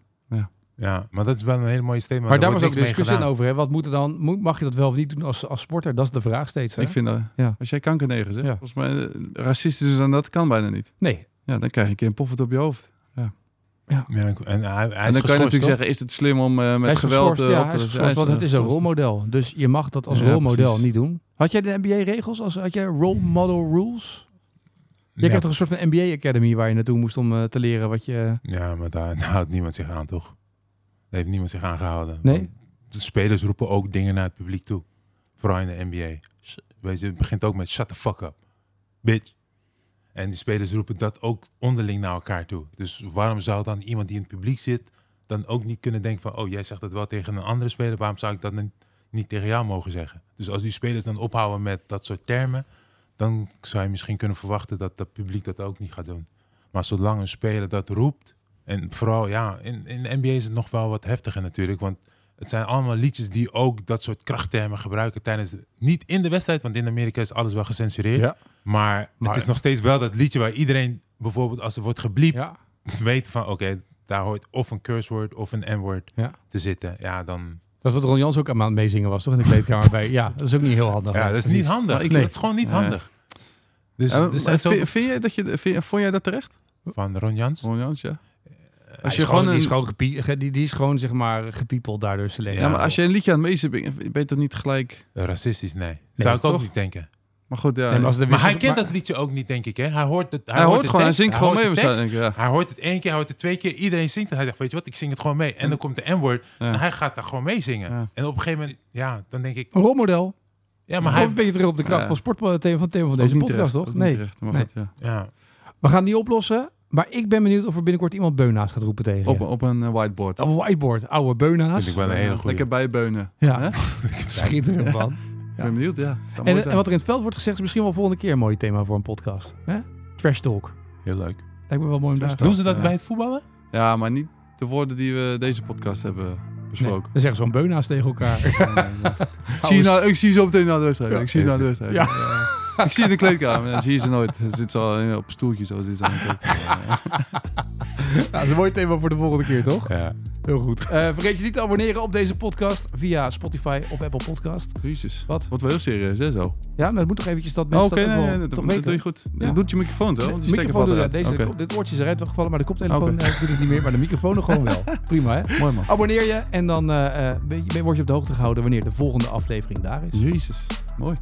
S3: Ja, maar dat is wel een hele mooie statement.
S2: Maar, daar was ook
S3: wordt niks mee
S2: discussie
S3: gedaan.
S2: over. Hè? Wat moet er dan, moet- mag je dat wel of niet doen als, als sporter? Dat is de vraag steeds. Hè?
S1: Ik vind dat,
S2: Ja.
S1: als jij kankerneger zegt,
S2: Ja.
S1: volgens mij eh, racistischer dan dat kan bijna niet.
S2: Nee.
S1: Ja, dan krijg je een keer een poffert op je hoofd.
S3: Ja, ik- en hij, hij
S1: en dan
S3: is
S1: kan je
S3: geschorst,
S1: natuurlijk
S3: toch?
S1: zeggen, is het slim om eh,
S2: Hij
S1: met
S2: is
S1: geweld
S2: geschorst,
S1: eh,
S2: ja,
S1: op te
S2: hij is geschorst, want het is een rolmodel. Dus je mag dat als
S1: Ja,
S2: rolmodel
S1: precies.
S2: niet doen. Had jij de NBA-regels? Als, had jij role model rules? Je
S3: ja.
S2: krijgt toch een soort van NBA Academy waar je naartoe moest om eh, te leren wat je...
S3: ja, maar daar, daar houdt niemand zich aan, toch? Daar heeft niemand zich aangehouden.
S2: Nee?
S3: Want De spelers roepen ook dingen naar het publiek toe. Vooral in de NBA. S- Weet je, het begint ook met shut the fuck up. Bitch. En die spelers roepen dat ook onderling naar elkaar toe. Dus waarom zou dan iemand die in het publiek zit... dan ook niet kunnen denken van... oh, jij zegt dat wel tegen een andere speler... waarom zou ik dat dan niet tegen jou mogen zeggen? Dus als die spelers dan ophouden met dat soort termen... dan zou je misschien kunnen verwachten dat dat publiek dat ook niet gaat doen. Maar zolang een speler dat roept, en vooral ja, in, in de NBA is het nog wel wat heftiger natuurlijk, want het zijn allemaal liedjes die ook dat soort krachttermen gebruiken tijdens, de- niet in de wedstrijd, want in Amerika is alles wel gecensureerd,
S2: Ja.
S3: maar,
S2: Maar-
S3: het is nog steeds wel dat liedje waar iedereen bijvoorbeeld als er wordt gebliept,
S2: Ja.
S3: weet van oké, daar hoort of een curse word of een n-word
S2: Ja.
S3: te zitten. Ja, dan,
S2: Dat is wat Ron Jans ook aan het meezingen was, toch? In de kleedkamer bij. Ja, dat is ook niet heel handig.
S3: ja, dat is niet handig.
S1: Maar ik-
S3: Dat
S1: Nee.
S3: is gewoon niet
S1: Ja.
S3: handig. Dus
S1: Ja,
S3: er
S1: maar
S3: zijn
S1: vind-
S3: zoveel-
S1: vind jij dat je, vind, je- vond jij dat terecht?
S3: van Ron Jans.
S1: Ron Jans, ja.
S2: Als je
S1: je
S2: gewoon,
S1: gewoon
S2: die, is
S1: een-
S2: gewoon gepie- ge- die, die is gewoon, zeg maar, gepiepeld daardoor selectie.
S1: Ja, maar als je een liedje aan het meesten bent, ben je toch niet gelijk...
S3: Racistisch, nee. Zou ik ook
S1: toch?
S3: niet denken.
S1: Maar goed, ja.
S2: Nee, maar als de
S3: Maar hij
S2: wissels-
S3: kent
S2: maar-
S3: dat liedje ook niet, denk ik. Hè? Hij hoort het. Hij,
S1: hij hoort
S3: de
S1: gewoon, hij
S3: tekst,
S1: zingt gewoon
S3: hoort
S1: mee
S3: de tekst.
S1: waarschijnlijk. Ja.
S3: Hij hoort het één keer, hij hoort het twee keer. Iedereen zingt het. Hij dacht, weet je wat, ik zing het gewoon mee. En dan komt de N-word.
S1: Ja.
S3: En hij gaat daar gewoon mee zingen.
S1: Ja.
S3: En op een gegeven moment, ja, dan denk ik...
S2: Een rolmodel.
S3: Ja,
S2: Maar
S3: maar
S2: hij een
S3: hij...
S2: beetje terug op de kracht
S1: Ja.
S2: van sport, van het thema van,
S1: Ook
S2: deze
S1: niet
S2: podcast,
S1: terecht,
S2: toch?
S1: ook niet
S2: Nee,
S1: terecht, maar
S2: Nee.
S1: goed, ja.
S3: Ja,
S2: we gaan die oplossen. Maar ik ben benieuwd of er binnenkort iemand Beunaas gaat roepen tegen je.
S1: Op, op een eh, whiteboard.
S2: Op een whiteboard, oude Beunaas.
S3: vind ik wel een hele goede.
S1: Lekker bijbeunen.
S2: Ja,
S1: Hè?
S2: schitterend man.
S1: Ik ben benieuwd, ja. Zou mooi
S2: En, eh, en
S1: zijn.
S2: wat er in het veld wordt gezegd is misschien wel volgende keer een mooi thema voor een podcast. Hè? Trash talk.
S3: Heel leuk.
S2: Lijkt me wel mooi om daar...
S1: Trash
S3: Doen ze dat
S1: Ja.
S3: bij het voetballen?
S1: Ja, maar niet de woorden die we deze podcast hebben
S2: Nee,
S1: besproken.
S2: dan zeggen ze gewoon Beunaas tegen elkaar.
S1: Ik zie je nou, ik zie je zo meteen na de wedstrijd. Ik zie je na de wedstrijd.
S2: Ja.
S1: Ja. Ik zie je in de kleedkamer. Dan zie je ze nooit. Dan zit ze al in- op een stoeltje. Zo zit ze aan de kleedkamer. Ja.
S2: Ja, dat is een mooi thema voor de volgende keer, toch?
S3: Ja.
S2: Heel goed. Eh, vergeet je niet te abonneren op deze podcast via Spotify of Apple Podcast.
S1: Jezus.
S2: Wat?
S1: Wordt wel heel serieus, hè, zo.
S2: Ja, maar dat moet toch eventjes dat
S1: Oké,
S2: mensen dat ook
S1: nee,
S2: wel
S1: nee, dat,
S2: toch
S1: dat
S2: weten.
S1: doe je goed.
S2: Ja.
S1: Doet je microfoon wel? Want
S2: De
S1: die stekker valt
S2: microfoon, ja,
S1: eruit.
S2: deze,
S1: Oké.
S2: dit oortje is eruit gevallen, maar de koptelefoon
S1: Oké.
S2: eh, natuurlijk niet meer. Maar de microfoon nog gewoon wel. Prima, hè?
S1: Mooi man.
S2: Abonneer je en dan eh, eh, ben je- word je op de hoogte gehouden wanneer de volgende aflevering daar is.
S1: Jezus. Mooi.